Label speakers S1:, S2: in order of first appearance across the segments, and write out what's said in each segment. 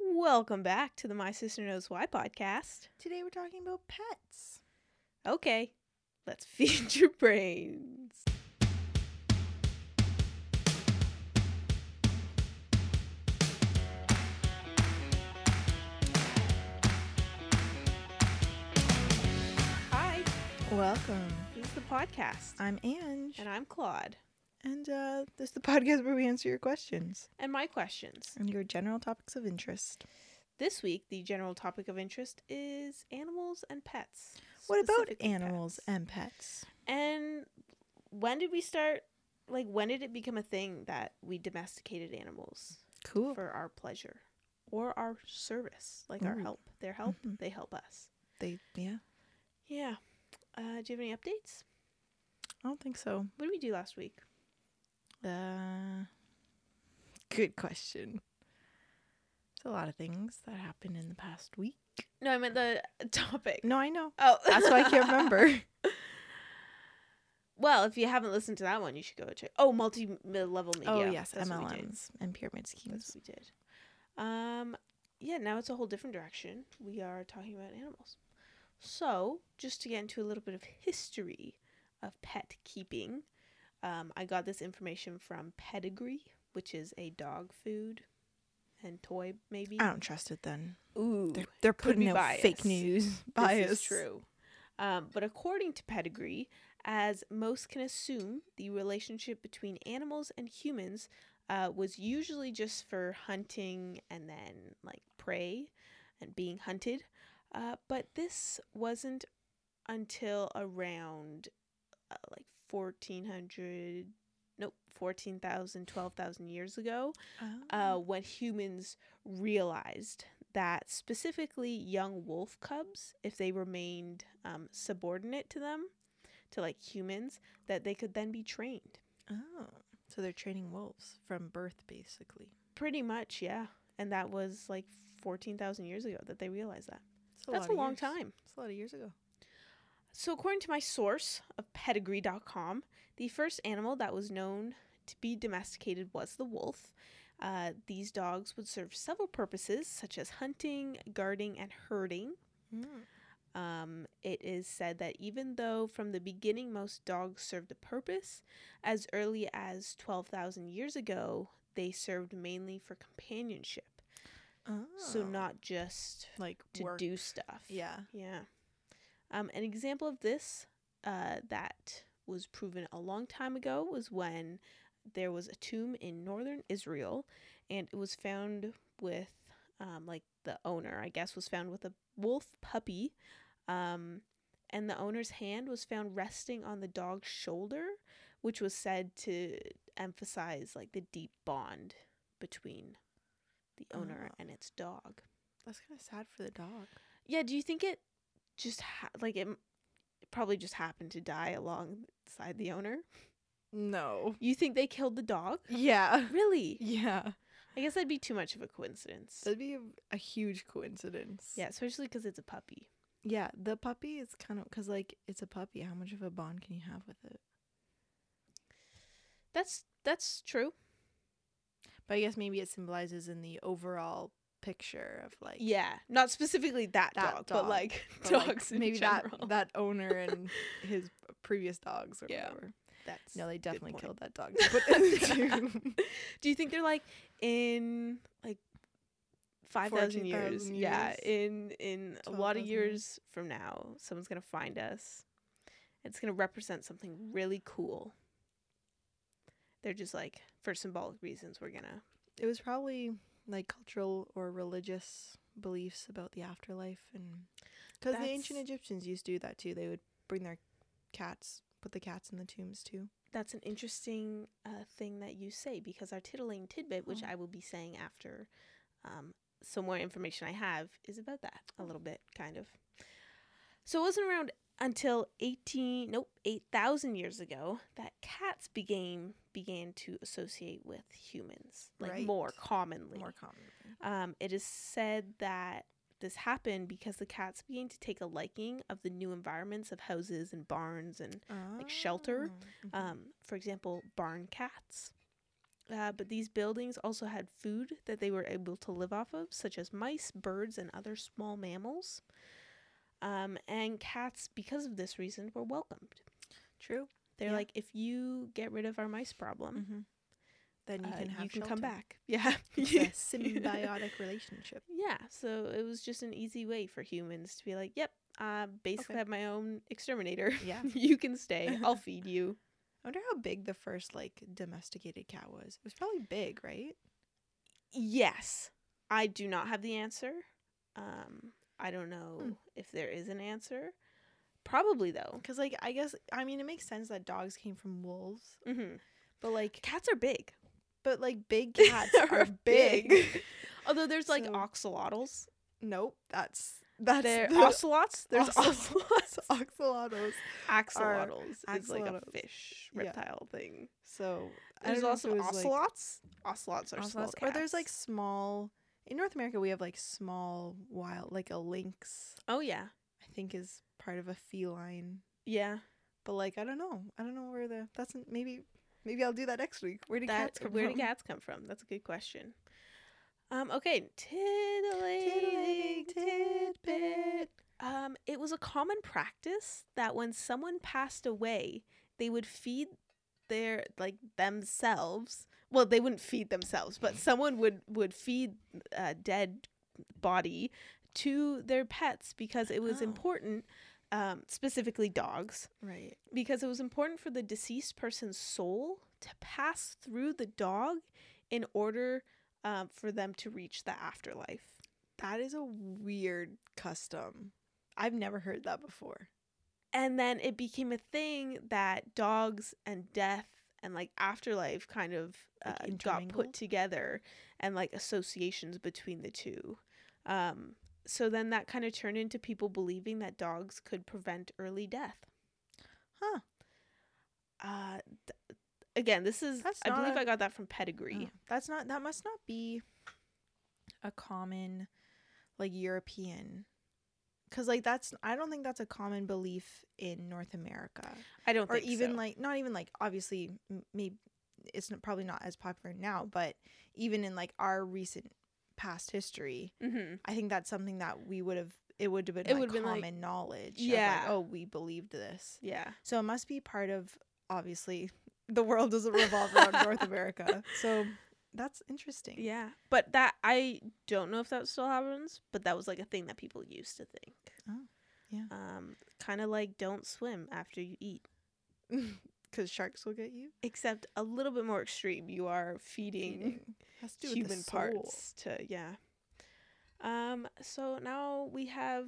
S1: Welcome back to the My Sister Knows Why podcast.
S2: Today we're talking about pets.
S1: Okay, let's feed your brains. Hi,
S2: Welcome.
S1: this is the podcast.
S2: I'm Ange.
S1: And I'm Claude.
S2: And uh, this is the podcast where we answer your questions
S1: And my questions.
S2: and your general topics of interest.
S1: This week, the general topic of interest is animals and pets.
S2: What about
S1: specifically
S2: animals
S1: pets.
S2: and pets?
S1: And when did we start? Like, when did it become a thing that we domesticated animals
S2: Cool.
S1: for our pleasure or our service, like our
S2: Ooh.
S1: help? Their help,
S2: Mhm.
S1: they help us.
S2: they, yeah,
S1: Yeah. Uh, do you have any updates?
S2: I don't think so.
S1: What did we do last week?
S2: Uh, good question. It's a lot of things that happened in the past week.
S1: No, I meant the topic.
S2: No, I know.
S1: Oh,
S2: That's why I can't remember.
S1: well, if you haven't listened to that one, you should go check. Oh, multi-level media.
S2: oh, yes,
S1: that's what we did.
S2: MLMs and pyramid
S1: That's
S2: schemes.
S1: what we did. Um, yeah, now it's a whole different direction. We are talking about animals. So, just to get into a little bit of history of pet keeping, um, I got this information from Pedigree, which is a dog food and toy, maybe.
S2: I don't trust it then.
S1: Ooh,
S2: Oh, They're, they're
S1: could be
S2: putting out fake
S1: bias.
S2: news.
S1: bias.
S2: Bias.
S1: This is true. Um, but according to Pedigree, as most can assume, the relationship between animals and humans uh, was usually just for hunting and then like prey and being hunted. Uh, but this wasn't until around uh, like 1400, nope, 14,000, 12,000 years ago
S2: Oh.
S1: uh, when humans realized that specifically young wolf cubs, if they remained um, subordinate to them, to like humans, that they could then be trained.
S2: Oh, so they're training wolves from birth, basically.
S1: Pretty much, yeah. And that was like 14,000 years ago that they realized that.
S2: It's
S1: That's
S2: lot
S1: a
S2: of
S1: long
S2: years.
S1: time.
S2: It's a lot of years ago.
S1: So, according to my source of pedigree.com, the first animal that was known to be domesticated was the wolf. Uh, these dogs would serve several purposes, such as hunting, guarding, and herding. Hmm. Um, it is said that even though from the beginning most dogs served a purpose, as early as 12,000 years ago, they served mainly for companionship. So,
S2: Oh,
S1: not just
S2: like
S1: to
S2: work.
S1: do stuff.
S2: Yeah.
S1: Yeah. Um, an example of this uh, that was proven a long time ago was when there was a tomb in northern Israel and it was found with, um, like, the owner, I guess, was found with a wolf puppy. Um, and the owner's hand was found resting on the dog's shoulder, which was said to emphasize, like, the deep bond between the owner
S2: Ah.
S1: and its dog.
S2: That's kind of sad for the dog.
S1: Yeah, do you think it just ha- like it, m probably just happened to die alongside the owner?
S2: No.
S1: You think they killed the dog?
S2: Yeah.
S1: Really?
S2: Yeah.
S1: I guess that'd be too much of a coincidence.
S2: That'd be a, a huge coincidence.
S1: yeah, especially because it's a puppy.
S2: Yeah. The puppy is kind of because, like, it's a puppy. How much of a bond can you have with it?
S1: That's that's true.
S2: But I guess maybe it symbolizes in the overall picture of like
S1: yeah, not specifically that,
S2: That
S1: dog, but
S2: dog,
S1: like
S2: but, like,
S1: dogs in
S2: maybe
S1: general.
S2: that that owner and his previous dogs or
S1: Yeah.
S2: whatever.
S1: that's
S2: No, they definitely
S1: point.
S2: killed that dog. to put in the tomb.
S1: Do you think they're like in like five thousand years?
S2: 14,000
S1: Yeah,
S2: years?
S1: in in a lot
S2: 12,000
S1: of
S2: years?
S1: years from now, someone's gonna find us. It's gonna represent something really cool. They're just like for symbolic reasons, we're gonna
S2: it was probably like cultural or religious beliefs about the afterlife and because the ancient
S1: That's-
S2: egyptians used to do that too they would bring their cats put the cats in the tombs too
S1: that's an interesting uh, thing that you say because our titillating tidbit, which
S2: Oh.
S1: I will be saying after um, some more information I have, is about that a
S2: Oh.
S1: little bit, kind of. So it wasn't around until eighteen, nope, eight thousand years ago that cats began began to associate with humans, like
S2: Right.
S1: more commonly.
S2: more common
S1: Um, it is said that this happened because the cats began to take a liking of the new environments of houses and barns and like shelter,
S2: Oh, mhm.
S1: um, for example, barn cats. Uh, but these buildings also had food that they were able to live off of, such as mice, birds, and other small mammals. Um, and cats, because of this reason, were welcomed.
S2: True.
S1: They're
S2: Yeah.
S1: like, if you get rid of our mice problem,
S2: Mm-hmm. Then Mm-hmm. you
S1: uh,
S2: can have
S1: you can come
S2: shelter.
S1: back. Yeah.
S2: It's a symbiotic relationship.
S1: Yeah, so it was just an easy way for humans to be like, yep, I basically
S2: Okay.
S1: have my own exterminator.
S2: Yeah.
S1: you can stay. I'll feed you.
S2: I wonder how big the first like domesticated cat was. It was probably big, right?
S1: Yes. I do not have the answer. Um, I don't know
S2: Hmm.
S1: if there is an answer. Probably though.
S2: Because like I guess I mean it makes sense that dogs came from wolves,
S1: hmm
S2: but like
S1: Cats are big.
S2: but like big cats are big.
S1: Although there's like
S2: So-
S1: oxalotls.
S2: Nope, that's that's
S1: There
S2: the-
S1: ocelots. There's
S2: Ocelot-
S1: ocelots.
S2: oxalotls.
S1: Axolotls. It's like a
S2: axolotls.
S1: fish
S2: Yeah.
S1: reptile thing.
S2: So I
S1: There's
S2: don't know
S1: also
S2: if it was, like-
S1: ocelots. ocelots are small
S2: ocelots, or there's like
S1: cats.
S2: small. In North America, we have like small wild, like a lynx.
S1: oh yeah,
S2: I think is part of a feline,
S1: yeah.
S2: but like I don't know. I don't know where the that's maybe maybe I'll do that next week. Where do
S1: That-
S2: cats come
S1: where
S2: from?
S1: do cats come from? That's a good question. Um. Okay. Titillating. tidbit. Um. It was a common practice that when someone passed away, they would feed their like themselves. Well, they wouldn't feed themselves, but someone would would feed a dead body to their pets because it was
S2: Oh.
S1: important, um, specifically dogs,
S2: Right.
S1: because it was important for the deceased person's soul to pass through the dog in order um, for them to reach the afterlife.
S2: That is a weird custom. I've never heard that before.
S1: And then it became a thing that dogs and death and like afterlife kind of uh,
S2: Like
S1: got put
S2: intermingled?
S1: together and like associations between the two. Um, so then that kind of turned into people believing that dogs could prevent early death.
S2: Huh.
S1: Uh, th- again, this is,
S2: That's
S1: I
S2: not
S1: believe
S2: a-
S1: I got that from Pedigree.
S2: Oh, that's not that must not be a common like European cuz like that's I don't think that's a common belief in North America
S1: I don't
S2: Oh. or
S1: think
S2: even
S1: so.
S2: like not even like obviously maybe it's n- probably not as popular now but even in like our recent past history
S1: Mm-hmm.
S2: I think that's something that we would have it would have been
S1: It
S2: like
S1: would've been, like-
S2: common knowledge of, like,
S1: Yeah.
S2: oh we believed this
S1: Yeah.
S2: So it must be part of obviously the world doesn't revolve around North America. So that's interesting.
S1: Yeah. But that I don't know if that still happens, but that was like a thing that people used to think.
S2: Oh, yeah.
S1: Um kind of like don't swim after you eat.
S2: Because sharks will get you.
S1: Except a little bit more extreme. You are feeding,
S2: Eating. Has to do with the
S1: human
S2: soul.
S1: parts to yeah. Um so now we have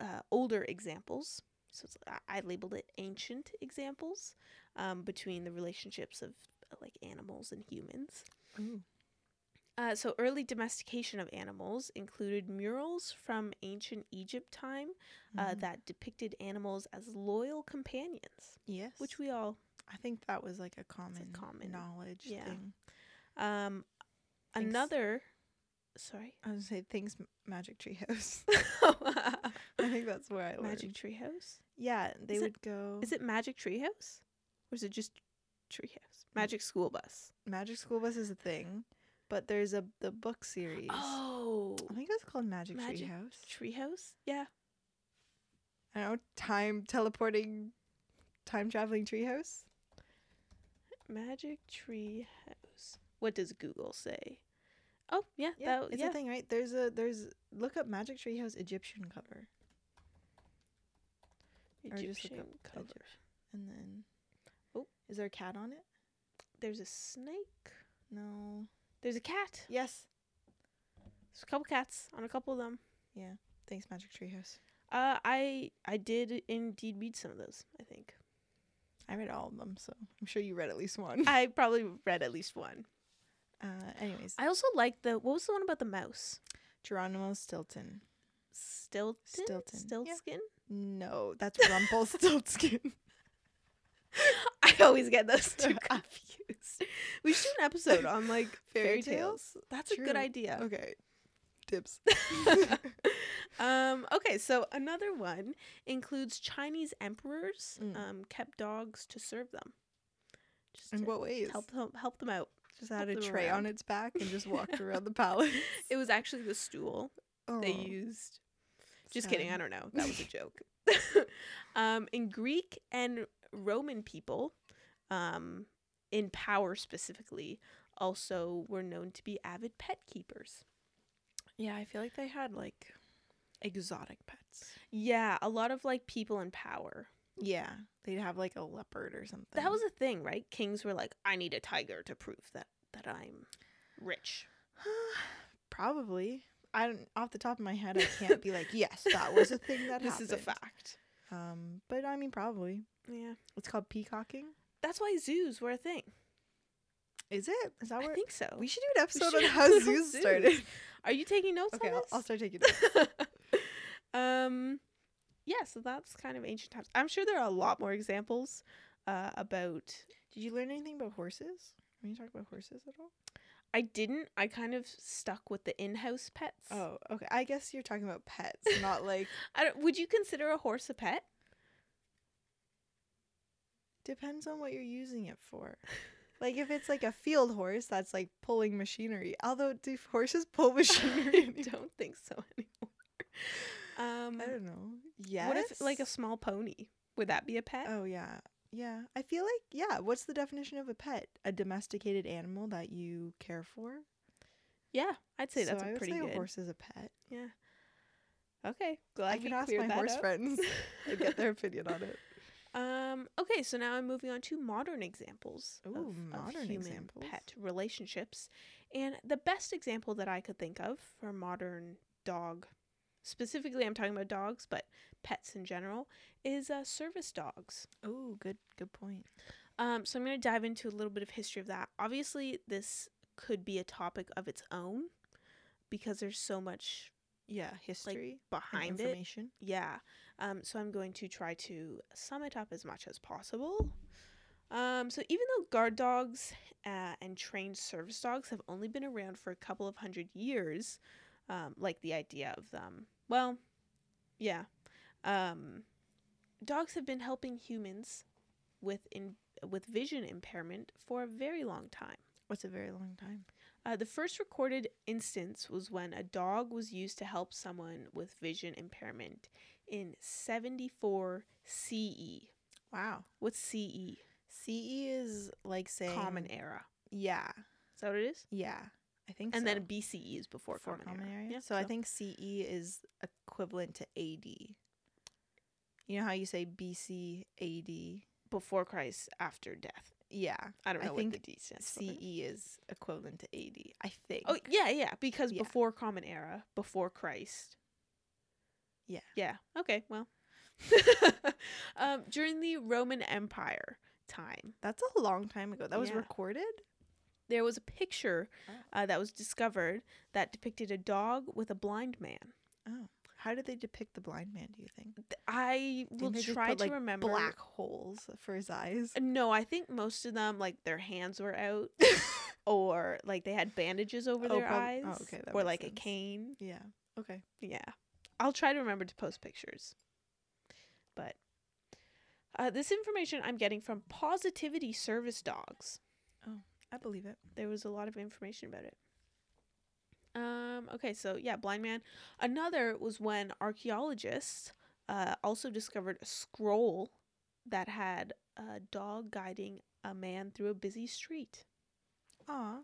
S1: uh, older examples. So it's, uh, I- I labeled it ancient examples um, between the relationships of uh, like animals and humans.
S2: Ooh.
S1: Uh, so early domestication of animals included murals from ancient Egypt time uh,
S2: Mhm.
S1: that depicted animals as loyal companions,
S2: yes.
S1: which we all
S2: I think that was like a common,
S1: common-
S2: knowledge
S1: yeah.
S2: thing.
S1: um
S2: Thanks.
S1: another sorry
S2: I was gonna say thanks, M- Magic Tree House. I think that's where I learned.
S1: Magic Treehouse.
S2: Yeah, they
S1: Is it-
S2: would go.
S1: Is it Magic Treehouse or is it just Treehouse?
S2: Mm.
S1: Magic School Bus.
S2: Magic School Bus is a thing, but there's a the book series.
S1: Oh,
S2: I think it was called Magic, Treehouse. Tree
S1: Magic
S2: House.
S1: Treehouse. Yeah,
S2: I don't know, time teleporting, time traveling treehouse.
S1: Magic Treehouse. What does Google say? Oh yeah,
S2: Yeah,
S1: that,
S2: it's
S1: yeah.
S2: a thing, right? There's a there's look up Magic Treehouse Egyptian cover, Or just look
S1: Egyptian
S2: up
S1: cover.
S2: Egypt. and then
S1: Oh.
S2: is there a cat on it?
S1: There's a snake.
S2: No.
S1: There's a cat.
S2: Yes.
S1: There's a couple cats on a couple of them.
S2: Thanks, Magic Treehouse.
S1: Uh, I I did indeed read some of those. I think
S2: I read all of them, so I'm sure you read at least one.
S1: I probably read at least one.
S2: Uh, anyways,
S1: I also liked the what was the one about the mouse?
S2: Geronimo Stilton.
S1: Stilton.
S2: Stilton, yeah.
S1: Stiltskin.
S2: No, that's Rumpelstiltskin.
S1: I always get those two confused. we should do an episode on like fairy,
S2: Fairy
S1: tales. That's a good
S2: True.
S1: idea.
S2: okay. Tips.
S1: um, okay, so another one includes Chinese emperors
S2: Mm.
S1: um, kept dogs to serve them. Just
S2: In
S1: to
S2: what ways?
S1: help help help them out.
S2: Just had a
S1: Hopped
S2: tray
S1: around.
S2: on its back and just walked around the palace.
S1: It was actually the stool
S2: oh,
S1: they used. Just kidding. I
S2: sad.
S1: don't know. That was a joke. um, in Greek and Roman people, um, in power specifically, also were known to be avid pet keepers.
S2: Yeah, I feel like they had like exotic pets.
S1: Yeah, a lot of like people in power.
S2: Yeah, they'd have like a leopard or something.
S1: That was a thing, right? Kings were like, I need a tiger to prove that that I'm rich.
S2: probably. I don't off the top of my head. I can't be like, yes, that was a thing that
S1: this
S2: happened.
S1: is a fact.
S2: Um, but I mean, probably
S1: Yeah,
S2: it's called peacocking.
S1: that's why zoos were a thing.
S2: Is it? Is that
S1: I
S2: where?
S1: think so.
S2: we should do an episode
S1: should
S2: on how
S1: do
S2: zoos
S1: zoos.
S2: started.
S1: Are you taking notes?
S2: Okay,
S1: on
S2: I'll,
S1: this?
S2: I'll start taking. notes.
S1: um yeah so that's kind of ancient times i'm sure there are a lot more examples uh, about
S2: Did you learn anything about horses? When you talk about horses at all?
S1: i didn't i kind of stuck with the in-house pets
S2: Oh, okay. I guess you're talking about pets, not like
S1: I don't, would you consider a horse a pet
S2: depends on what you're using it for. Like if it's like a field horse, that's like pulling machinery. Although do horses pull machinery?
S1: i
S2: anymore?
S1: don't think so anymore um
S2: I don't know. Yes.
S1: what if like a small pony would that be a pet
S2: Oh yeah. Yeah. I feel like yeah, what's the definition of a pet? A domesticated animal that you care for?
S1: yeah i'd say that's
S2: so I
S1: a
S2: would
S1: pretty
S2: say
S1: good
S2: a horse is a pet.
S1: okay glad
S2: I
S1: we
S2: can ask
S1: cleared
S2: my
S1: that
S2: horse
S1: up.
S2: friends to get their opinion on it.
S1: Um. Okay, so now I'm moving on to modern examples of-
S2: Ooh,
S1: of,
S2: modern
S1: human
S2: examples.
S1: pet relationships, and the best example that I could think of for modern dog, specifically, I'm talking about dogs, but pets in general, is uh, service dogs.
S2: Oh, good good point.
S1: Um. So I'm going to dive into a little bit of history of that. Obviously, this could be a topic of its own because there's so much
S2: Yeah, history and
S1: behind it.
S2: information.
S1: Yeah. Um, so I'm going to try to sum it up as much as possible. Um, so even though guard dogs uh, and trained service dogs have only been around for a couple of hundred years, um, like the idea of them, well, yeah, um, dogs have been helping humans with in with vision impairment for a very long time.
S2: What's a very long time?
S1: Uh, the first recorded instance was when a dog was used to help someone with vision impairment in 74 CE.
S2: Wow.
S1: What's CE?
S2: CE is like saying
S1: Common Era.
S2: Yeah,
S1: Is that what it is?
S2: yeah, I think.
S1: And
S2: so.
S1: then BCE is before, common, Era. Yeah,
S2: so, I think CE is equivalent to AD. You know how you say BC AD?
S1: before Christ, after death.
S2: Yeah,
S1: I don't
S2: I
S1: know what the
S2: think E.
S1: D stands for.
S2: CE is equivalent to AD. I think.
S1: Oh yeah, yeah, because
S2: Yeah.
S1: before Common Era, before Christ.
S2: Yeah.
S1: Yeah. Okay. Well, um, during the Roman Empire time,
S2: that's a long time ago. That was
S1: Yeah.
S2: recorded.
S1: there was a picture
S2: Oh.
S1: uh, that was discovered that depicted a dog with a blind man.
S2: Oh, how did they depict the blind man? Do you think?
S1: Th- I
S2: Didn't
S1: will
S2: they just
S1: try
S2: put,
S1: to
S2: like,
S1: remember.
S2: black holes for his eyes.
S1: No, I think most of them like their hands were out, or like they had bandages over
S2: Oh,
S1: their
S2: prob- oh,
S1: eyes,
S2: okay, that
S1: or
S2: makes
S1: like a
S2: sense.
S1: cane.
S2: yeah. Okay.
S1: Yeah, I'll try to remember to post pictures. But uh, this information I'm getting from Positivity Service Dogs.
S2: I believe it.
S1: there was a lot of information about it. Um, okay, so yeah, blind man. Another was when archaeologists uh, also discovered a scroll that had a dog guiding a man through a busy street.
S2: Aw.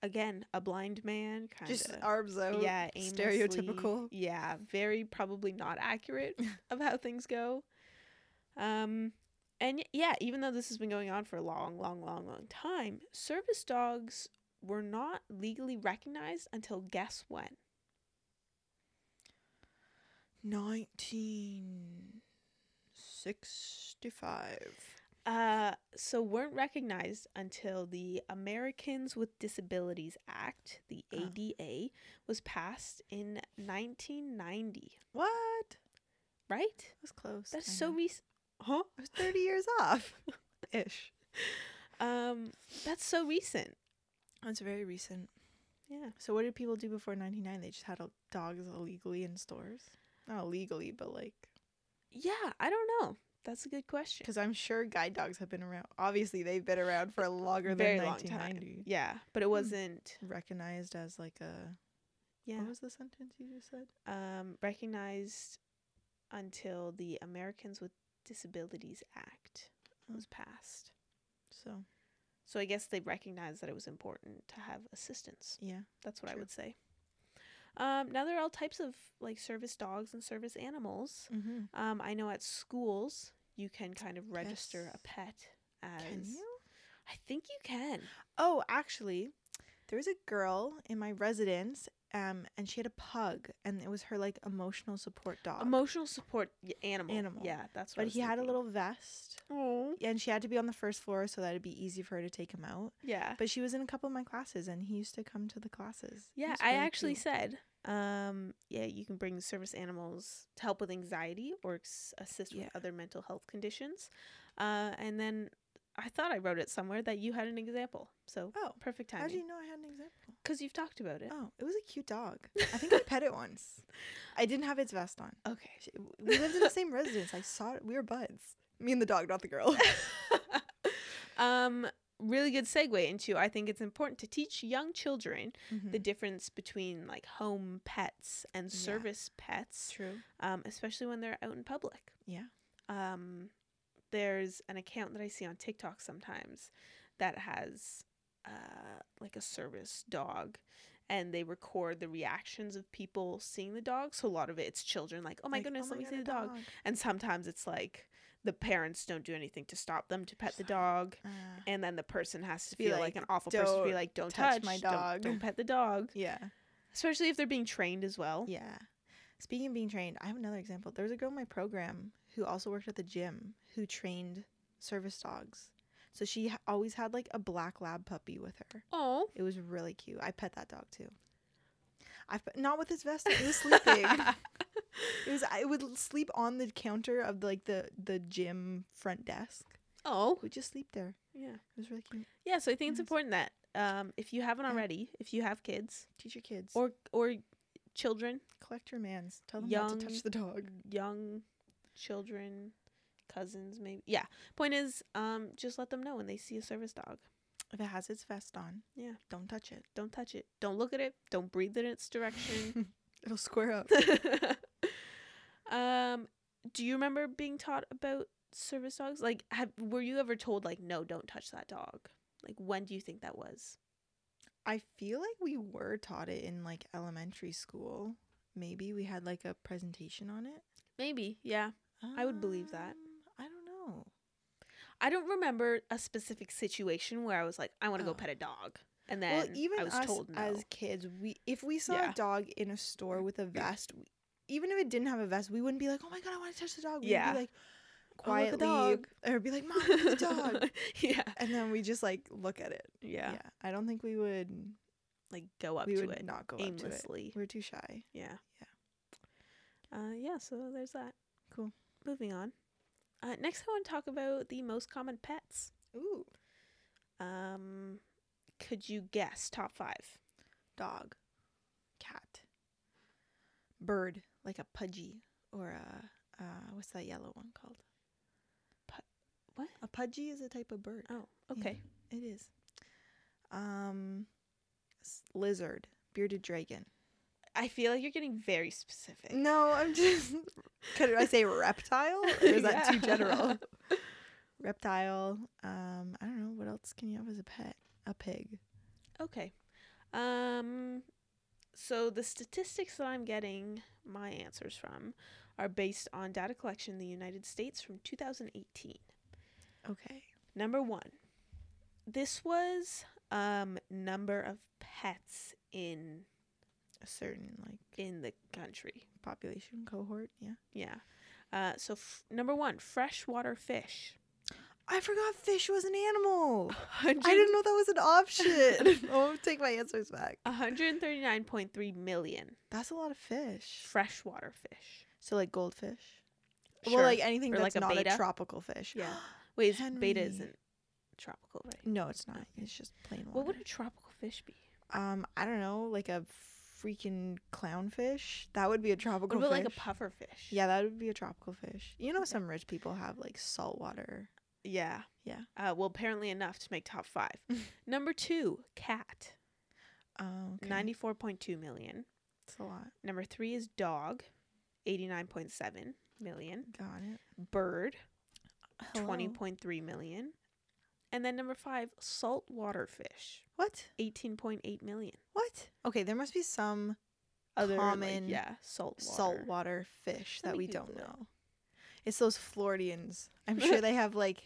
S1: Again, a blind man, kind
S2: Just
S1: of.
S2: arms out.
S1: yeah, aimlessly.
S2: Oh, stereotypical.
S1: Yeah, very probably not accurate of how things go. Um, and y- yeah, even though this has been going on for a long, long, long, long time, service dogs were not legally recognized until guess when?
S2: 1965.
S1: Uh, so weren't recognized until the Americans with Disabilities Act, the
S2: Oh.
S1: ADA, was passed in 1990.
S2: What? That
S1: Right?
S2: was close.
S1: That's
S2: I
S1: so
S2: know.
S1: recent. Huh?
S2: I was 30 years off. Ish.
S1: Um, that's so recent.
S2: That's very recent.
S1: Yeah.
S2: So what did people do before 99? They just had uh, dogs illegally in stores? Not illegally, but like
S1: Yeah, I don't know. That's a good question.
S2: Because I'm sure guide dogs have been around. Obviously, they've been around for longer
S1: Very
S2: than
S1: long time.
S2: 1990.
S1: Yeah, but it
S2: Hmm.
S1: wasn't.
S2: Recognized as like a.
S1: Yeah,
S2: What was the sentence you just said?
S1: um, recognized until the Americans with Disabilities Act
S2: Hmm.
S1: was passed.
S2: So
S1: So I guess they recognized that it was important to have assistance.
S2: yeah,
S1: That's what I
S2: True.
S1: would say. Um, now there are all types of like service dogs and service animals.
S2: mm-hmm.
S1: Um, I know at schools you can kind of register
S2: Yes.
S1: a pet as.
S2: can you?
S1: I think you can.
S2: Oh, actually, there was a girl in my residence, um, and she had a pug, and it was her like emotional support dog.
S1: Emotional support y- animal.
S2: Animal.
S1: Yeah, that's what. I
S2: but
S1: was
S2: he had a
S1: thinking.
S2: little vest,
S1: Oh.
S2: and she had to be on the first floor so that it'd be easy for her to take him out.
S1: Yeah.
S2: But she was in a couple of my classes, and he used to come to the classes. It
S1: Yeah,
S2: was
S1: I
S2: really
S1: actually
S2: cute.
S1: said, um, yeah, you can bring service animals to help with anxiety or ex- assist
S2: Yeah.
S1: with other mental health conditions. Uh, and then I thought I wrote it somewhere that you had an example. So
S2: Oh,
S1: perfect
S2: how
S1: timing.
S2: do you know I had an example?
S1: Because you've talked about it.
S2: Oh, it was a cute dog. I think I pet it once. I didn't have its vest on.
S1: Okay.
S2: She- We lived in the same residence. I saw it. We were buds. Me and the dog, not the girl.
S1: um, really good segue into I think it's important to teach young children the
S2: Mhm.
S1: difference between like home pets and
S2: Yeah.
S1: service pets.
S2: True.
S1: um, especially when they're out in public.
S2: Yeah.
S1: Um, there's an account that I see on TikTok sometimes that has uh, like a service dog and they record the reactions of people seeing the dog. So a lot of it, it's children like, oh my
S2: Like,
S1: goodness, let me
S2: God,
S1: see
S2: a
S1: the dog. And sometimes it's like the parents don't do anything to stop them to pet the
S2: Stop.
S1: dog.
S2: Uh,
S1: And then the person has to
S2: Be
S1: feel like,
S2: like,
S1: an awful person to be
S2: "Don't
S1: like, don't touch,
S2: touch my
S1: don't-
S2: dog."
S1: Don't, pet the dog.
S2: yeah.
S1: Especially if they're being trained as well.
S2: Yeah. Speaking of being trained, I have another example. There was a girl in my program who also worked at the gym who trained service dogs. So she ha- always had like a black lab puppy with her.
S1: Oh.
S2: It was really cute. I pet that dog too. I pet, not with his vest. on. It was sleeping. it was. I would sleep on the counter of like the the gym front desk.
S1: oh.
S2: It would just sleep there.
S1: Yeah.
S2: It was really cute.
S1: Yeah, so I think it's
S2: Yes.
S1: important that um, if you haven't
S2: Yeah.
S1: already, if you have kids
S2: Teach your kids or
S1: or or children,
S2: collect your mans. Tell them not to
S1: Young-
S2: touch the dog.
S1: young children, cousins, maybe. Yeah. Point is, um, just let them know when they see a service dog.
S2: If it has its vest on,
S1: Yeah.
S2: don't touch it.
S1: Don't touch it. Don't look at it. Don't breathe in its direction.
S2: It'll square up.
S1: um, do you remember being taught about service dogs? Like, have were you ever told like, no, don't touch that dog? Like, when do you think that was?
S2: I feel like we were taught it in like elementary school. Maybe we had like a presentation on it.
S1: Maybe, yeah. I would believe that.
S2: Um, I don't know.
S1: I don't remember a specific situation where I was like, I want to
S2: Oh.
S1: go pet a dog, and then
S2: well, even
S1: I was
S2: us
S1: told no.
S2: as kids, we if we saw
S1: Yeah.
S2: a dog in a store with a vest, we, even if it didn't have a vest, we wouldn't be like, "Oh my god, I want to touch the dog." We'd
S1: Yeah.
S2: be like
S1: "Oh, look, a
S2: quietly
S1: dog."
S2: or be like, "Mom, look, a dog."
S1: yeah.
S2: And then we just like look at it.
S1: yeah,
S2: I don't think we would
S1: like go up
S2: we
S1: to
S2: would
S1: it
S2: not go up to it. Mm,
S1: aimlessly.
S2: We're too shy.
S1: Yeah, yeah. Uh, yeah. So there's that.
S2: Cool.
S1: Moving on. Uh, next, I want to talk about the most common pets.
S2: Ooh,
S1: Um, could you guess top five?
S2: dog, cat, bird, like a pudgy or a uh, what's that yellow one called?
S1: Pu- what?
S2: A pudgy is a type of bird.
S1: Oh,
S2: Yeah,
S1: okay.
S2: it is. Um, s- lizard, bearded dragon.
S1: I feel like you're getting very specific.
S2: No, I'm just. Could I say reptile? Or is that too general? Reptile. Um, I don't know what else can you have as a pet. A pig.
S1: Okay. Um so the statistics that I'm getting my answers from are based on data collection in the United States from 2018.
S2: Okay.
S1: Number 1. This was um number of pets in
S2: A certain like
S1: in the country.
S2: population cohort. Yeah.
S1: Yeah. Uh, so f- number 1, freshwater fish.
S2: I forgot fish was an animal. I
S1: 100
S2: didn't know that was an option. I'll take my answers back.
S1: 139.3 million
S2: That's a lot of fish.
S1: freshwater fish.
S2: So like goldfish.
S1: Sure.
S2: Well, like anything
S1: Or
S2: that's
S1: like a
S2: not a,
S1: beta.
S2: tropical fish.
S1: Yeah. Wait, is beta
S2: Henry.
S1: isn't tropical, right?
S2: no, it's not. It's just plain water.
S1: What would a tropical fish be?
S2: um, I don't know, like a freaking clownfish. That would be a
S1: What
S2: tropical
S1: about
S2: fish.
S1: like a puffer fish?
S2: Yeah, that would be a tropical fish. You know,
S1: Okay.
S2: some rich people have like saltwater.
S1: Yeah.
S2: Yeah.
S1: Uh, well, apparently enough to make top five. Number two, cat,
S2: Oh, okay.
S1: ninety-four point two million.
S2: That's a lot.
S1: Number three is dog, eighty-nine point seven million.
S2: Got it.
S1: Bird,
S2: Hello.
S1: twenty point three million. And then number five, saltwater fish,
S2: What?
S1: eighteen point eight million.
S2: What? Okay, there must be some
S1: Other like,
S2: Common
S1: yeah, saltwater.
S2: saltwater fish
S1: Let
S2: that
S1: me
S2: we don't
S1: Google it.
S2: know. It's those Floridians. I'm sure they have like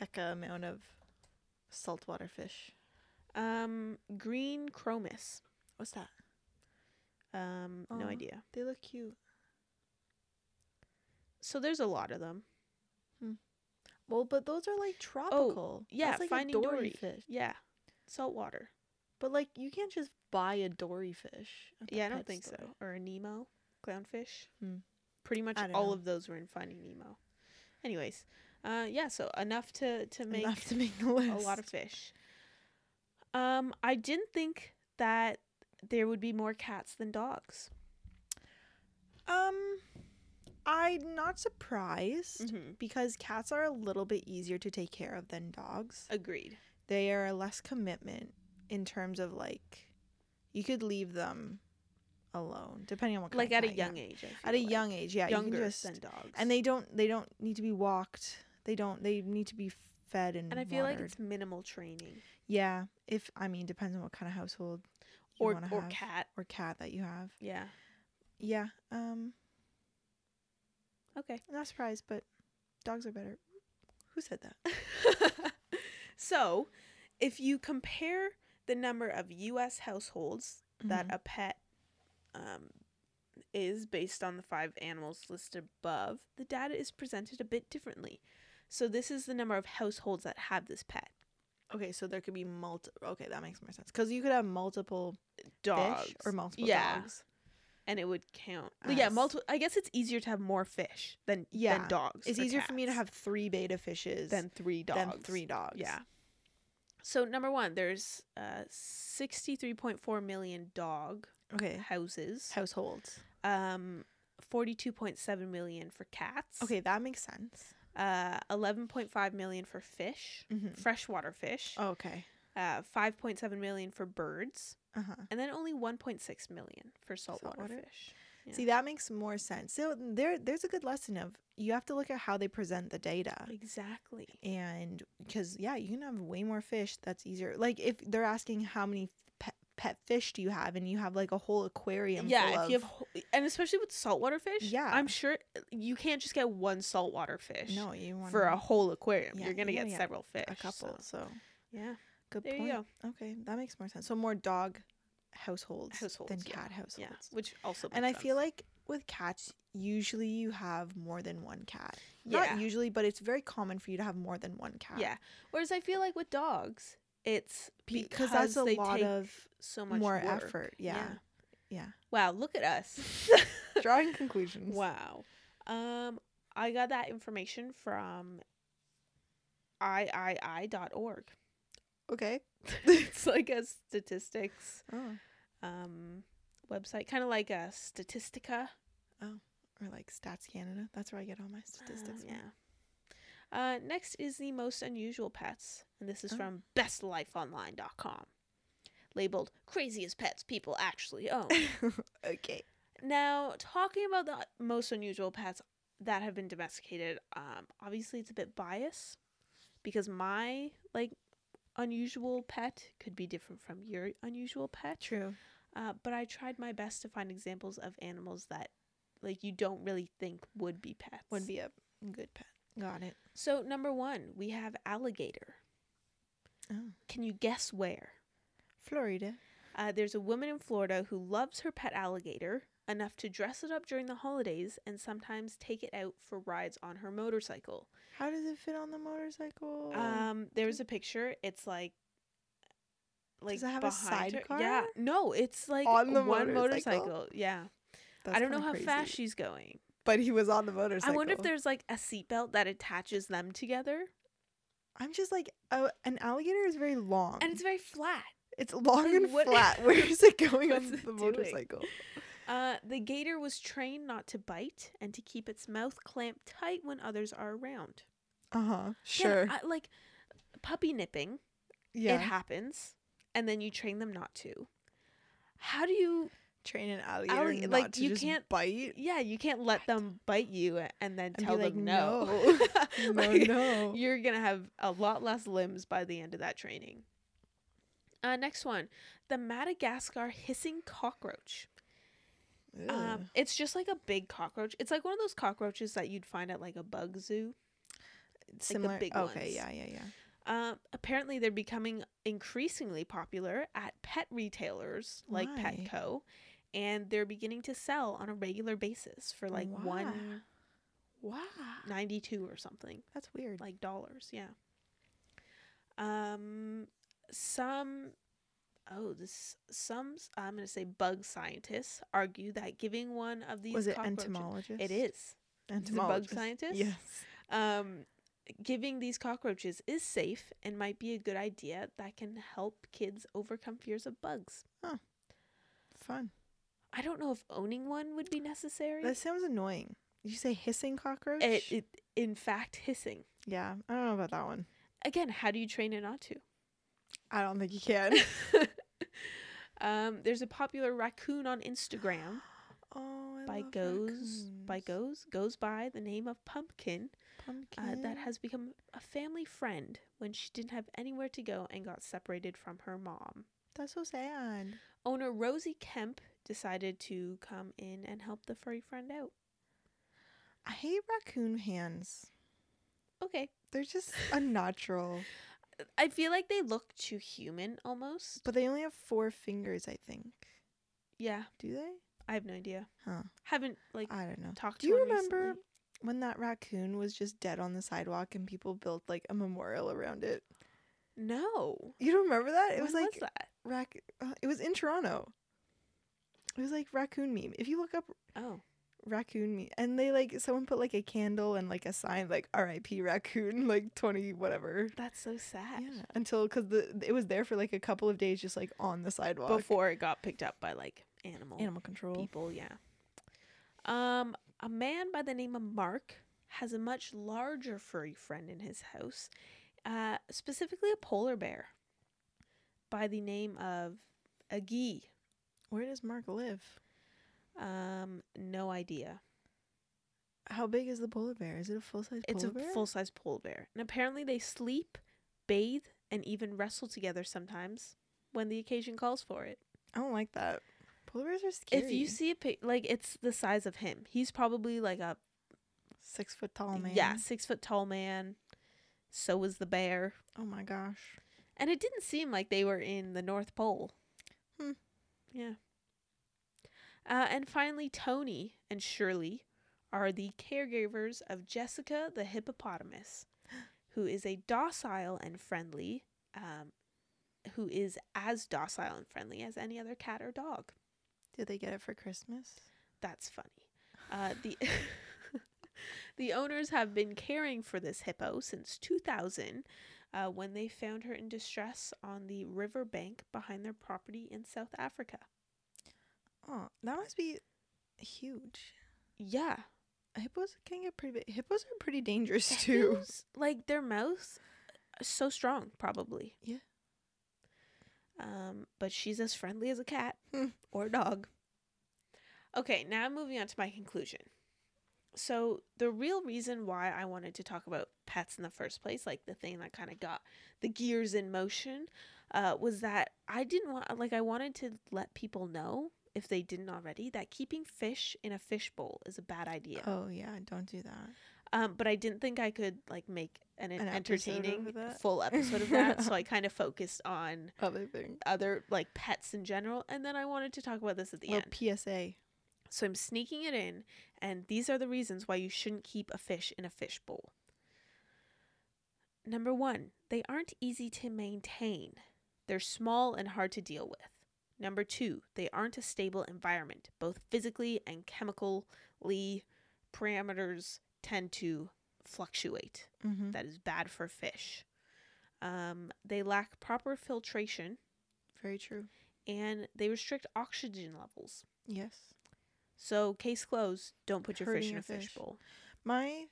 S2: hecka amount of saltwater fish.
S1: Um, green chromis.
S2: What's that?
S1: Um, no
S2: Aw.
S1: idea.
S2: They look cute.
S1: So there's a lot of them.
S2: Well, but those are like tropical.
S1: Oh, Yeah,
S2: That's, like, a
S1: finding Dory.
S2: fish.
S1: Yeah, saltwater.
S2: But like you can't just buy a dory fish. at the
S1: Yeah, I don't
S2: pet
S1: think
S2: store.
S1: so. Or a Nemo, clownfish.
S2: Hmm.
S1: Pretty much
S2: I don't
S1: all
S2: know.
S1: of those were in Finding Nemo. Anyways, uh, yeah, so enough to to make
S2: Enough to make the list.
S1: a lot of fish. Um, I didn't think that there would be more cats than dogs.
S2: Um, I'm not surprised
S1: Mm-hmm.
S2: because cats are a little bit easier to take care of than dogs.
S1: Agreed.
S2: They are less commitment in terms of like you could leave them alone depending on what kind
S1: Like
S2: of
S1: at a
S2: cat you
S1: young
S2: have.
S1: age. I
S2: At
S1: feel
S2: a
S1: like.
S2: young age, yeah, you
S1: younger
S2: can just
S1: than dogs.
S2: and they don't they don't need to be walked. They don't they need to be fed and
S1: and I feel like
S2: watered.
S1: it's minimal training
S2: Yeah, if I mean depends on what kind of household you
S1: or
S2: wanna
S1: or
S2: have,
S1: cat.
S2: or cat that you have.
S1: Yeah.
S2: Yeah, um,
S1: Okay.
S2: not surprised, but dogs are better. Who said that?
S1: so, if you compare the number of U.S. households that
S2: Mhm.
S1: a pet um, is based on the five animals listed above, the data is presented a bit differently. So, this is the number of households that have this pet
S2: okay, so there could be multi. Okay, that makes more sense because you could have multiple
S1: dogs
S2: fish or multiple
S1: Yeah.
S2: dogs.
S1: and it would count. Well, yeah,
S2: As-
S1: multiple. I guess it's easier to have more fish than than
S2: Yeah.
S1: dogs.
S2: It's
S1: or
S2: easier for me to
S1: cats
S2: have three beta fishes
S1: than three dogs.
S2: than three dogs.
S1: Yeah. So number one, there's uh, 63.4 million dog
S2: Okay.
S1: houses,
S2: Households.
S1: um, 42.7 million for cats,
S2: Okay, that makes sense.
S1: uh, 11.5 million for fish,
S2: Mm-hmm. Oh.
S1: freshwater fish,
S2: Okay.
S1: uh, 5.7 million for birds,
S2: Uh huh.
S1: and then only 1.6 million for saltwater,
S2: Saltwater?
S1: fish. Yeah.
S2: See, that makes more sense. So there, there's a good lesson of you have to look at how they present the data.
S1: Exactly.
S2: and because yeah you can have way more fish that's easier like if they're asking how many pet, pet fish do you have and you have like a whole aquarium
S1: Yeah,
S2: full
S1: if you have,
S2: of-
S1: whole- and especially with saltwater fish,
S2: Yeah.
S1: I'm sure you can't just get one saltwater fish
S2: no you want
S1: for a whole aquarium.
S2: Yeah,
S1: You're gonna
S2: you
S1: get
S2: gotta get
S1: several fish,
S2: a couple
S1: so-
S2: so
S1: Yeah,
S2: good
S1: there
S2: point
S1: you go.
S2: okay that makes more sense so more dog households, than
S1: Households, yeah.
S2: cat
S1: Yeah,
S2: households
S1: which also
S2: and i
S1: makes
S2: feel
S1: sense.
S2: like with cats usually you have more than one cat
S1: Yeah.
S2: not usually but it's very common for you to have more than one cat
S1: yeah. Whereas I feel like with dogs, it's because,
S2: because that's a
S1: they
S2: lot
S1: take
S2: of
S1: so much
S2: more
S1: work.
S2: effort yeah, Yeah.
S1: Wow, look at us.
S2: drawing conclusions
S1: wow. Um, I got that information from iii.org.
S2: okay
S1: it's like a statistics
S2: oh
S1: um website, kind of like a Statistica.
S2: or like Stats Canada. That's where I get all my
S1: Uh,
S2: statistics. from.
S1: yeah. Uh, next is the most unusual pets, and this is
S2: Oh.
S1: from bestlifeonline.com, labeled "Craziest Pets People Actually Own."
S2: okay.
S1: now, talking about the most unusual pets that have been domesticated, um, obviously it's a bit biased because my like unusual pet could be different from your unusual pet.
S2: True.
S1: Uh, but I tried my best to find examples of animals that like you don't really think would be pets.
S2: Would be a good pet. Got it.
S1: So number one, we have alligator.
S2: Oh.
S1: Can you guess where?
S2: Florida.
S1: Uh, there's a woman in Florida who loves her pet alligator enough to dress it up during the holidays and sometimes take it out for rides on her motorcycle.
S2: How does it fit on the motorcycle?
S1: Um, there's a picture. It's like, like
S2: Hmm. Does it have a
S1: behind her-
S2: sidecar?
S1: Yeah, no, it's like
S2: On the
S1: one
S2: motorcycle?
S1: motorcycle. Yeah,
S2: That's
S1: I don't know
S2: kinda
S1: how
S2: crazy.
S1: fast she's going.
S2: But he was on the motorcycle.
S1: I wonder if there's like a seatbelt that attaches them together,
S2: I'm just like, oh, an alligator is very long.
S1: and it's very flat.
S2: It's long
S1: Like,
S2: and
S1: what-
S2: flat. Where is it going
S1: What's
S2: on
S1: it
S2: the
S1: doing?
S2: motorcycle?
S1: Uh, the gator was trained not to bite and to keep its mouth clamped tight when others are around.
S2: Uh huh. Sure.
S1: Again, I- like puppy nipping,
S2: yeah.
S1: it happens, and then you train them not to. How do you?
S2: Train an alligator
S1: Alli-
S2: not
S1: like,
S2: to
S1: you
S2: just
S1: can't-
S2: bite.
S1: Yeah, you can't let them bite you a- and then
S2: be
S1: tell
S2: like,
S1: them no.
S2: No,
S1: Like,
S2: no.
S1: You're gonna have a lot less limbs by the end of that training. Uh, next one, the Madagascar hissing cockroach.
S2: Ugh.
S1: Um, it's just like a big cockroach. It's like one of those cockroaches that you'd find at like a bug zoo.
S2: Similar.
S1: big
S2: okay.
S1: ones.
S2: Yeah. Yeah. Yeah.
S1: Um, apparently, they're becoming increasingly popular at pet retailers like
S2: Why?
S1: Petco, and they're beginning to sell on a regular basis for like one
S2: Wow.
S1: ninety two or something.
S2: That's weird.
S1: like dollars yeah um some oh this some s- i'm going to say bug scientists argue that giving one of these
S2: Was it
S1: cockroaches-
S2: entomologist?
S1: it is a bug
S2: Entomologist.
S1: scientist?
S2: Yes.
S1: um giving these cockroaches is safe and might be a good idea that can help kids overcome fears of bugs
S2: Fun.
S1: i don't know if owning one would be necessary
S2: That sounds annoying. Did you say hissing cockroach?
S1: it, it in fact hissing
S2: yeah. I don't know about that one.
S1: again how do you train it not to
S2: I don't think you can.
S1: um, there's a popular raccoon on Instagram
S2: oh. I
S1: by
S2: love
S1: goes by
S2: raccoons. Uh,
S1: goes goes by the name of Pumpkin uh,
S2: Pumpkin.
S1: that has become a family friend when she didn't have anywhere to go and got separated from her mom.
S2: That's so sad.
S1: Owner Rosie Kemp decided to come in and help the furry friend out.
S2: I hate raccoon hands.
S1: Okay,
S2: They're just unnatural.
S1: I feel like they look too human almost.
S2: But they only have four fingers, I think.
S1: Yeah,
S2: Do they?
S1: I have no idea.
S2: Huh.
S1: Haven't like
S2: I don't know.
S1: talked
S2: Do
S1: to
S2: you
S1: one
S2: remember
S1: recently.
S2: when that raccoon was just dead on the sidewalk and people built like a memorial around it?
S1: No.
S2: You don't remember that? It was
S1: When
S2: like
S1: that?
S2: rac- uh, it was in Toronto. It was like raccoon meme. If you look up
S1: Oh.
S2: raccoon meme and they like someone put like a candle and like a sign like RIP raccoon like 20 whatever.
S1: That's so sad.
S2: Yeah, until cuz the it was there for like a couple of days just like on the sidewalk.
S1: before it got picked up by like animal,
S2: animal control.
S1: people. Yeah. Um, a man by the name of Mark has a much larger furry friend in his house, uh, specifically a polar bear by the name of Aggie.
S2: Where does Mark live?
S1: Um, no idea.
S2: How big is the polar bear? Is it a full size
S1: It's
S2: polar
S1: a
S2: bear?
S1: full size polar bear, and apparently they sleep, bathe, and even wrestle together sometimes when the occasion calls for it.
S2: I don't like that. Polar bears are scary.
S1: If you see a pic, like it's the size of him, he's probably like a
S2: six foot tall man.
S1: Yeah, six foot tall man. So was the bear.
S2: Oh my gosh.
S1: And it didn't seem like they were in the North Pole.
S2: Hmm.
S1: Yeah. Uh, and finally, Tony and Shirley are the caregivers of Jessica the hippopotamus, who is a docile and friendly, um, who is as docile and friendly as any other cat or dog.
S2: Did they get it for Christmas?
S1: That's funny. Uh, the the owners have been caring for this hippo since 2000, uh, when they found her in distress on the river bank behind their property in South Africa.
S2: Oh, that must be huge.
S1: Yeah,
S2: Hippos can get pretty big. Hippos are pretty dangerous
S1: That
S2: too.
S1: feels like their mouths are so strong, probably.
S2: Yeah.
S1: Um, but she's as friendly as a cat
S2: Hmm.
S1: or a dog. Okay, now moving on to my conclusion. So the real reason why I wanted to talk about pets in the first place, like the thing that kind of got the gears in motion, uh, was that I didn't want, like, I wanted to let people know if they didn't already that keeping fish in a fishbowl is a bad idea.
S2: Oh yeah, don't do that.
S1: Um, but I didn't think I could like make an,
S2: An episode of
S1: entertaining
S2: that?
S1: full episode of that, so I kind of focused on
S2: Other thing.
S1: other like pets in general, and then I wanted to talk about this at the
S2: Well,
S1: end.
S2: PSA.
S1: So I'm sneaking it in, and these are the reasons why you shouldn't keep a fish in a fishbowl. Number one, they aren't easy to maintain. They're small and hard to deal with. Number two, they aren't a stable environment. Both physically and chemically, parameters tend to fluctuate
S2: Mm-hmm.
S1: that is bad for fish. Um, they lack proper filtration
S2: Very true.
S1: and they restrict oxygen levels.
S2: Yes.
S1: So, case closed, don't put your
S2: Hurting
S1: fish in
S2: your
S1: a fish,
S2: fish.
S1: bowl.
S2: My,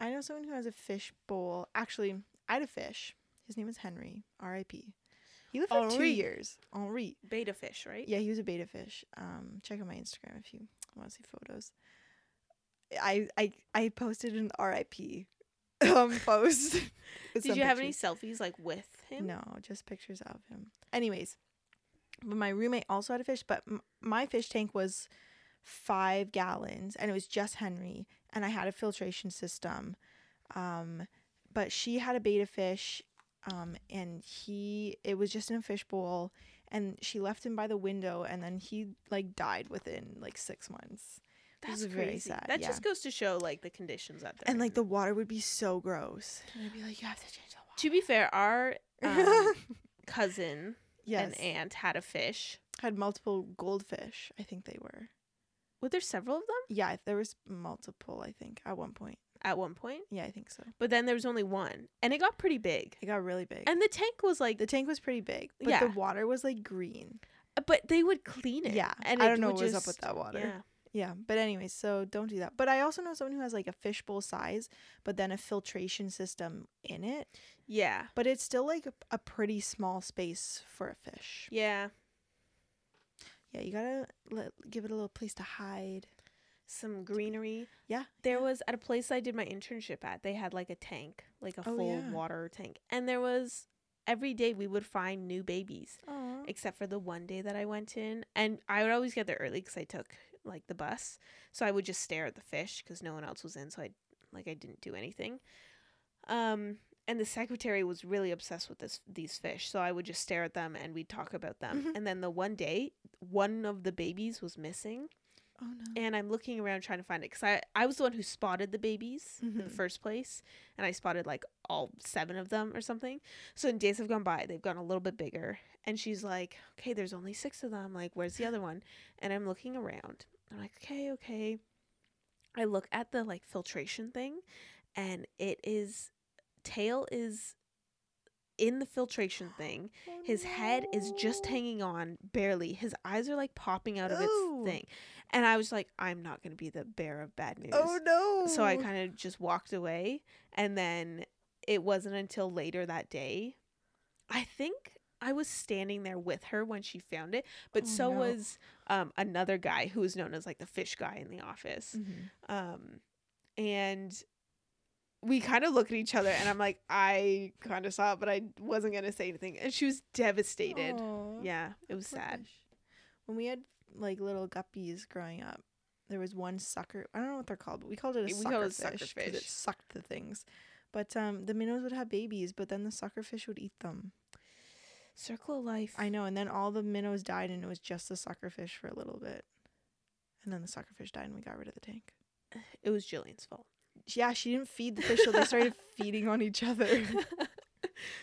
S2: I know someone who has a fish bowl. Actually, I had a fish. His name was Henry, R.I.P. He lived for two
S1: Henri.
S2: years. Henri.
S1: Beta fish, right?
S2: Yeah, he was a beta fish. Um, check out my Instagram if you want to see photos. I I I posted an RIP um post. with
S1: Did
S2: some
S1: you have any
S2: pictures.
S1: selfies like with him?
S2: No, just pictures of him. Anyways, but my roommate also had a fish, but m- my fish tank was five gallons, and it was just Henry, and I had a filtration system. Um, but she had a beta fish, um, and he it was just in a fish bowl, and she left him by the window, and then he like died within like six months. This
S1: That's
S2: is very
S1: crazy.
S2: sad,
S1: That
S2: yeah.
S1: just goes to show like the conditions out there.
S2: And like the water would be so gross, and I'd be like, you have to change the water.
S1: to be fair, our um, cousin
S2: yes,
S1: and aunt had a fish.
S2: had multiple goldfish. I think they were.
S1: Were there several of them
S2: Yeah, there was multiple, I think, at one point.
S1: at one point?
S2: Yeah, I think so.
S1: But then there was only one, and it got pretty big.
S2: It got really big.
S1: And the tank was like,
S2: the tank was pretty big, but
S1: Yeah.
S2: the water was like green.
S1: but they would clean it.
S2: Yeah.
S1: and
S2: I
S1: it
S2: don't know
S1: would
S2: what was up with
S1: just-
S2: that water.
S1: Yeah,
S2: Yeah, but anyway, so don't do that. But I also know someone who has like a fishbowl size, but then a filtration system in it.
S1: yeah,
S2: But it's still like a, a pretty small space for a fish.
S1: yeah.
S2: Yeah, you gotta let, give it a little place to hide.
S1: Some greenery.
S2: Yeah,
S1: There was at a place I did my internship at, they had like a tank, like a
S2: Oh,
S1: full
S2: yeah.
S1: water tank. And there was every day we would find new babies,
S2: Aw.
S1: except for the one day that I went in. And I would always get there early because I took like the bus. So I would just stare at the fish because no one else was in. So I like I didn't do anything. Um, and the secretary was really obsessed with this these fish. So I would just stare at them and we'd talk about them.
S2: Mhm.
S1: And then the one day, one of the babies was missing
S2: Oh no.
S1: and I'm looking around trying to find it because I, I was the one who spotted the babies in the
S2: Mhm.
S1: first place, and I spotted like all seven of them or something. So in days have gone by, they've gotten a little bit bigger, and she's like, "Okay, there's only six of them. Like, where's the other one?" And I'm looking around. I'm like, "Okay, okay." I look at the like filtration thing, and it is tail is in the filtration thing. His head is just
S2: hanging.
S1: hanging on barely. His eyes are like popping out of
S2: Ooh.
S1: its thing. And I was like, I'm not going to be the bearer of bad news.
S2: Oh no.
S1: So I kind of just walked away. And then it wasn't until later that day. I think I was standing there with her when she found it, but
S2: Oh,
S1: so
S2: no.
S1: was um, another guy who was known as like the fish guy in the office
S2: Mhm.
S1: um and we kind of look at each other and i'm like i kind of saw it but i wasn't gonna say anything and she was devastated
S2: Aw.
S1: yeah it was
S2: Poor
S1: sad
S2: fish. When we had like little guppies growing up, there was one sucker. I don't know what they're called, but we called it a
S1: We
S2: sucker
S1: call it
S2: fish
S1: sucker
S2: 'cause it
S1: fish.
S2: sucked the things. But um, the minnows would have babies, but then the sucker fish would eat them.
S1: circle of life
S2: I know, and then all the minnows died, and it was just the sucker fish for a little bit, and then the sucker fish died, and we got rid of the tank.
S1: it was jillian's fault
S2: Yeah, she didn't feed the fish, so they started feeding on each other.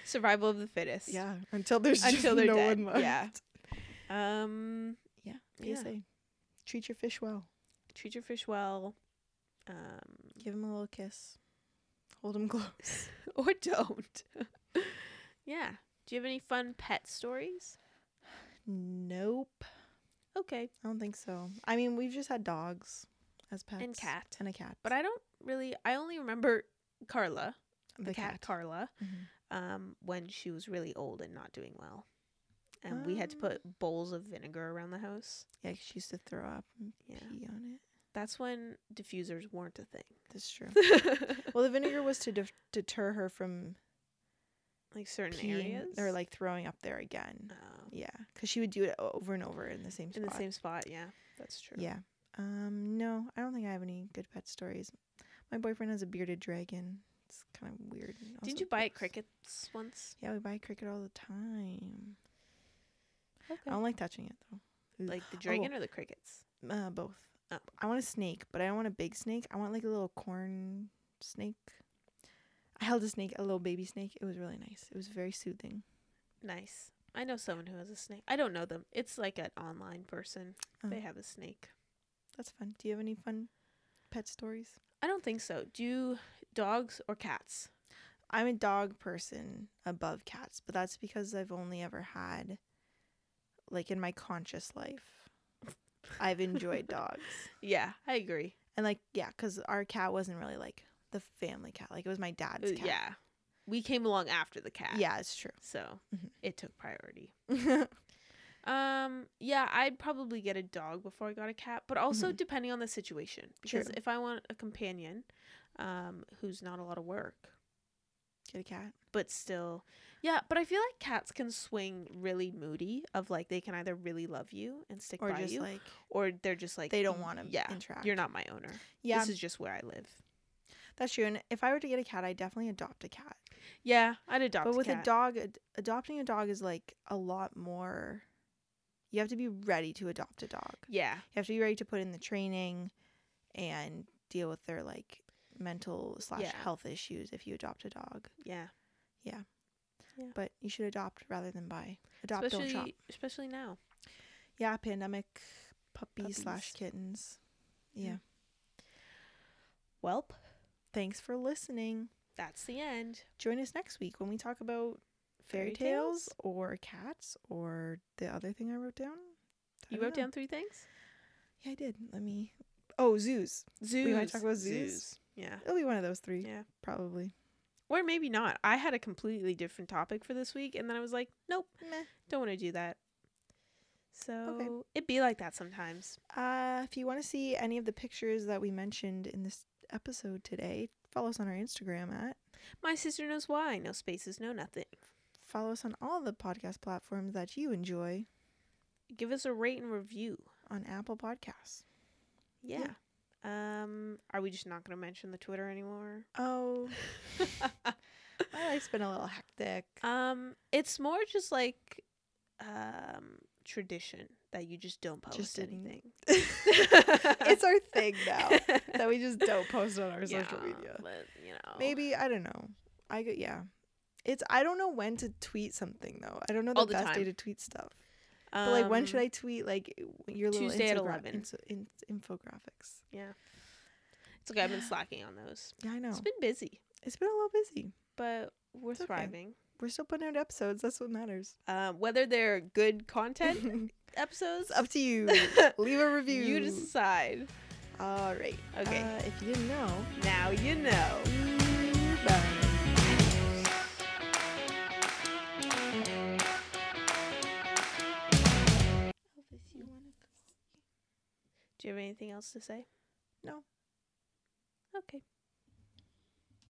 S1: survival of the fittest
S2: yeah, until there's
S1: until they're
S2: no
S1: dead
S2: one left.
S1: yeah um
S2: yeah.
S1: Yeah.
S2: PSA: Treat your fish well.
S1: treat your fish well um
S2: Give him a little kiss. Hold him close.
S1: or don't yeah do you have any fun pet stories
S2: Nope.
S1: okay
S2: I don't think so. I mean, we've just had dogs as pets.
S1: and cat
S2: And a cat.
S1: but i don't really i only remember carla the, cat, Carla
S2: Mhm.
S1: um, when she was really old and not doing well. And we had to
S2: Oh.
S1: put bowls of vinegar around the house.
S2: Yeah, 'cause she used to throw up and
S1: Yeah.
S2: pee on it.
S1: That's when diffusers weren't a thing.
S2: That's true. well, the vinegar was to def- deter her from
S1: like certain
S2: peeing
S1: areas.
S2: or like throwing up there again.
S1: Oh,
S2: Yeah, 'cause she would do it o- over and over in the same
S1: in
S2: spot.
S1: the same spot. Yeah, that's true.
S2: Yeah. Um. No, I don't think I have any good pet stories. My boyfriend has a bearded dragon. It's kind of weird. and also
S1: Didn't you buy
S2: gross.
S1: crickets once?
S2: Yeah, we buy cricket all the time. I
S1: Okay.
S2: don't like touching it though.
S1: Like
S2: oh.
S1: the dragon or the crickets?
S2: Uh, both.
S1: Oh.
S2: I want a snake, but I don't want a big snake. I want like a little corn snake. I held a snake, a little baby snake. It was really nice. It was very soothing.
S1: Nice. I know someone who has a snake. I don't know them. It's like an online person.
S2: Oh.
S1: They have a snake.
S2: That's fun. Do you have any fun pet stories?
S1: I don't think so. Do you, dogs or cats?
S2: I'm a dog person above cats, but that's because I've only ever had like in my conscious life, I've enjoyed dogs.
S1: Yeah, I agree.
S2: And like, yeah, because our cat wasn't really like the family cat. Like it was my dad's
S1: Uh,
S2: cat.
S1: Yeah. We came along after the cat.
S2: Yeah, it's true.
S1: So
S2: Mhm.
S1: it took priority. Um, yeah, I'd probably get a dog before I got a cat, but also
S2: Mm-hmm.
S1: depending on the situation. Because
S2: True.
S1: if I want a companion, um, who's not a lot of work,
S2: Get a cat.
S1: but still yeah, but I feel like cats can swing really moody of like they can either really love you and stick
S2: Or
S1: by
S2: just
S1: you
S2: like
S1: or they're just like
S2: they don't want to
S1: Yeah.
S2: interact.
S1: You're not my owner.
S2: yeah,
S1: This is just where I live.
S2: that's true. And if I were to get a cat, I'd definitely adopt a cat.
S1: Yeah, I'd adopt
S2: but with
S1: cat.
S2: a dog, ad- adopting a dog is like a lot more. You have to be ready to adopt a dog.
S1: Yeah.
S2: You have to be ready to put in the training and deal with their like mental slash
S1: Yeah.
S2: health issues if you adopt a dog.
S1: Yeah.
S2: But you should adopt rather than buy. Adopt,
S1: especially
S2: don't shop.
S1: especially now.
S2: Yeah, pandemic puppy slash
S1: Puppies.
S2: kittens.
S1: Yeah.
S2: yeah.
S1: Welp,
S2: Thanks for listening.
S1: that's the end.
S2: Join us next week when we talk about fairy,
S1: Fairy
S2: tales?
S1: tales?
S2: or cats or the other thing I wrote down. I
S1: You
S2: don't
S1: wrote
S2: know.
S1: down three things?
S2: Yeah, I did. Let me. Oh, zoos.
S1: Zoos.
S2: wanna talk about zoos?
S1: Yeah.
S2: It'll be one of those three.
S1: Yeah.
S2: Probably.
S1: Or maybe not. I had a completely different topic for this week and then I was like, nope,
S2: Meh.
S1: don't want to do that. So it be like that sometimes.
S2: Uh, if you want to see any of the pictures that we mentioned in this episode today, follow us on our Instagram at.
S1: My sister knows why. No spaces, no nothing.
S2: Follow us on all the podcast platforms that you enjoy
S1: Give us a rate and review.
S2: on Apple Podcasts.
S1: Yeah. Um, are we just not going to mention the Twitter anymore?
S2: Oh, my life's been a little hectic.
S1: um, it's more just like um tradition that you just don't post
S2: Just didn't.
S1: anything.
S2: it's our thing now that we just don't post on our social
S1: Yeah,
S2: media.
S1: But, you know.
S2: Maybe I don't know. I go yeah. It's I don't know when to tweet something though. I don't know the,
S1: All the
S2: best day
S1: time.
S2: to tweet stuff. But like when should
S1: Um,
S2: I tweet like your little
S1: Tuesday at
S2: Instagra-
S1: 11.
S2: inso- in- infographics?
S1: Yeah. It's okay. I've been slacking on those.
S2: Yeah, I know.
S1: It's been busy,
S2: it's been a little busy.
S1: but we're
S2: Oh. It's okay.
S1: thriving.
S2: We're still putting out episodes. That's what matters.
S1: Um, whether they're good content
S2: it's
S1: episodes,
S2: up to you. Leave a review.
S1: you decide.
S2: All right.
S1: Okay.
S2: Uh, if you didn't know.
S1: Now you know.
S2: Bye.
S1: Do you have anything else to say?
S2: No.
S1: Okay.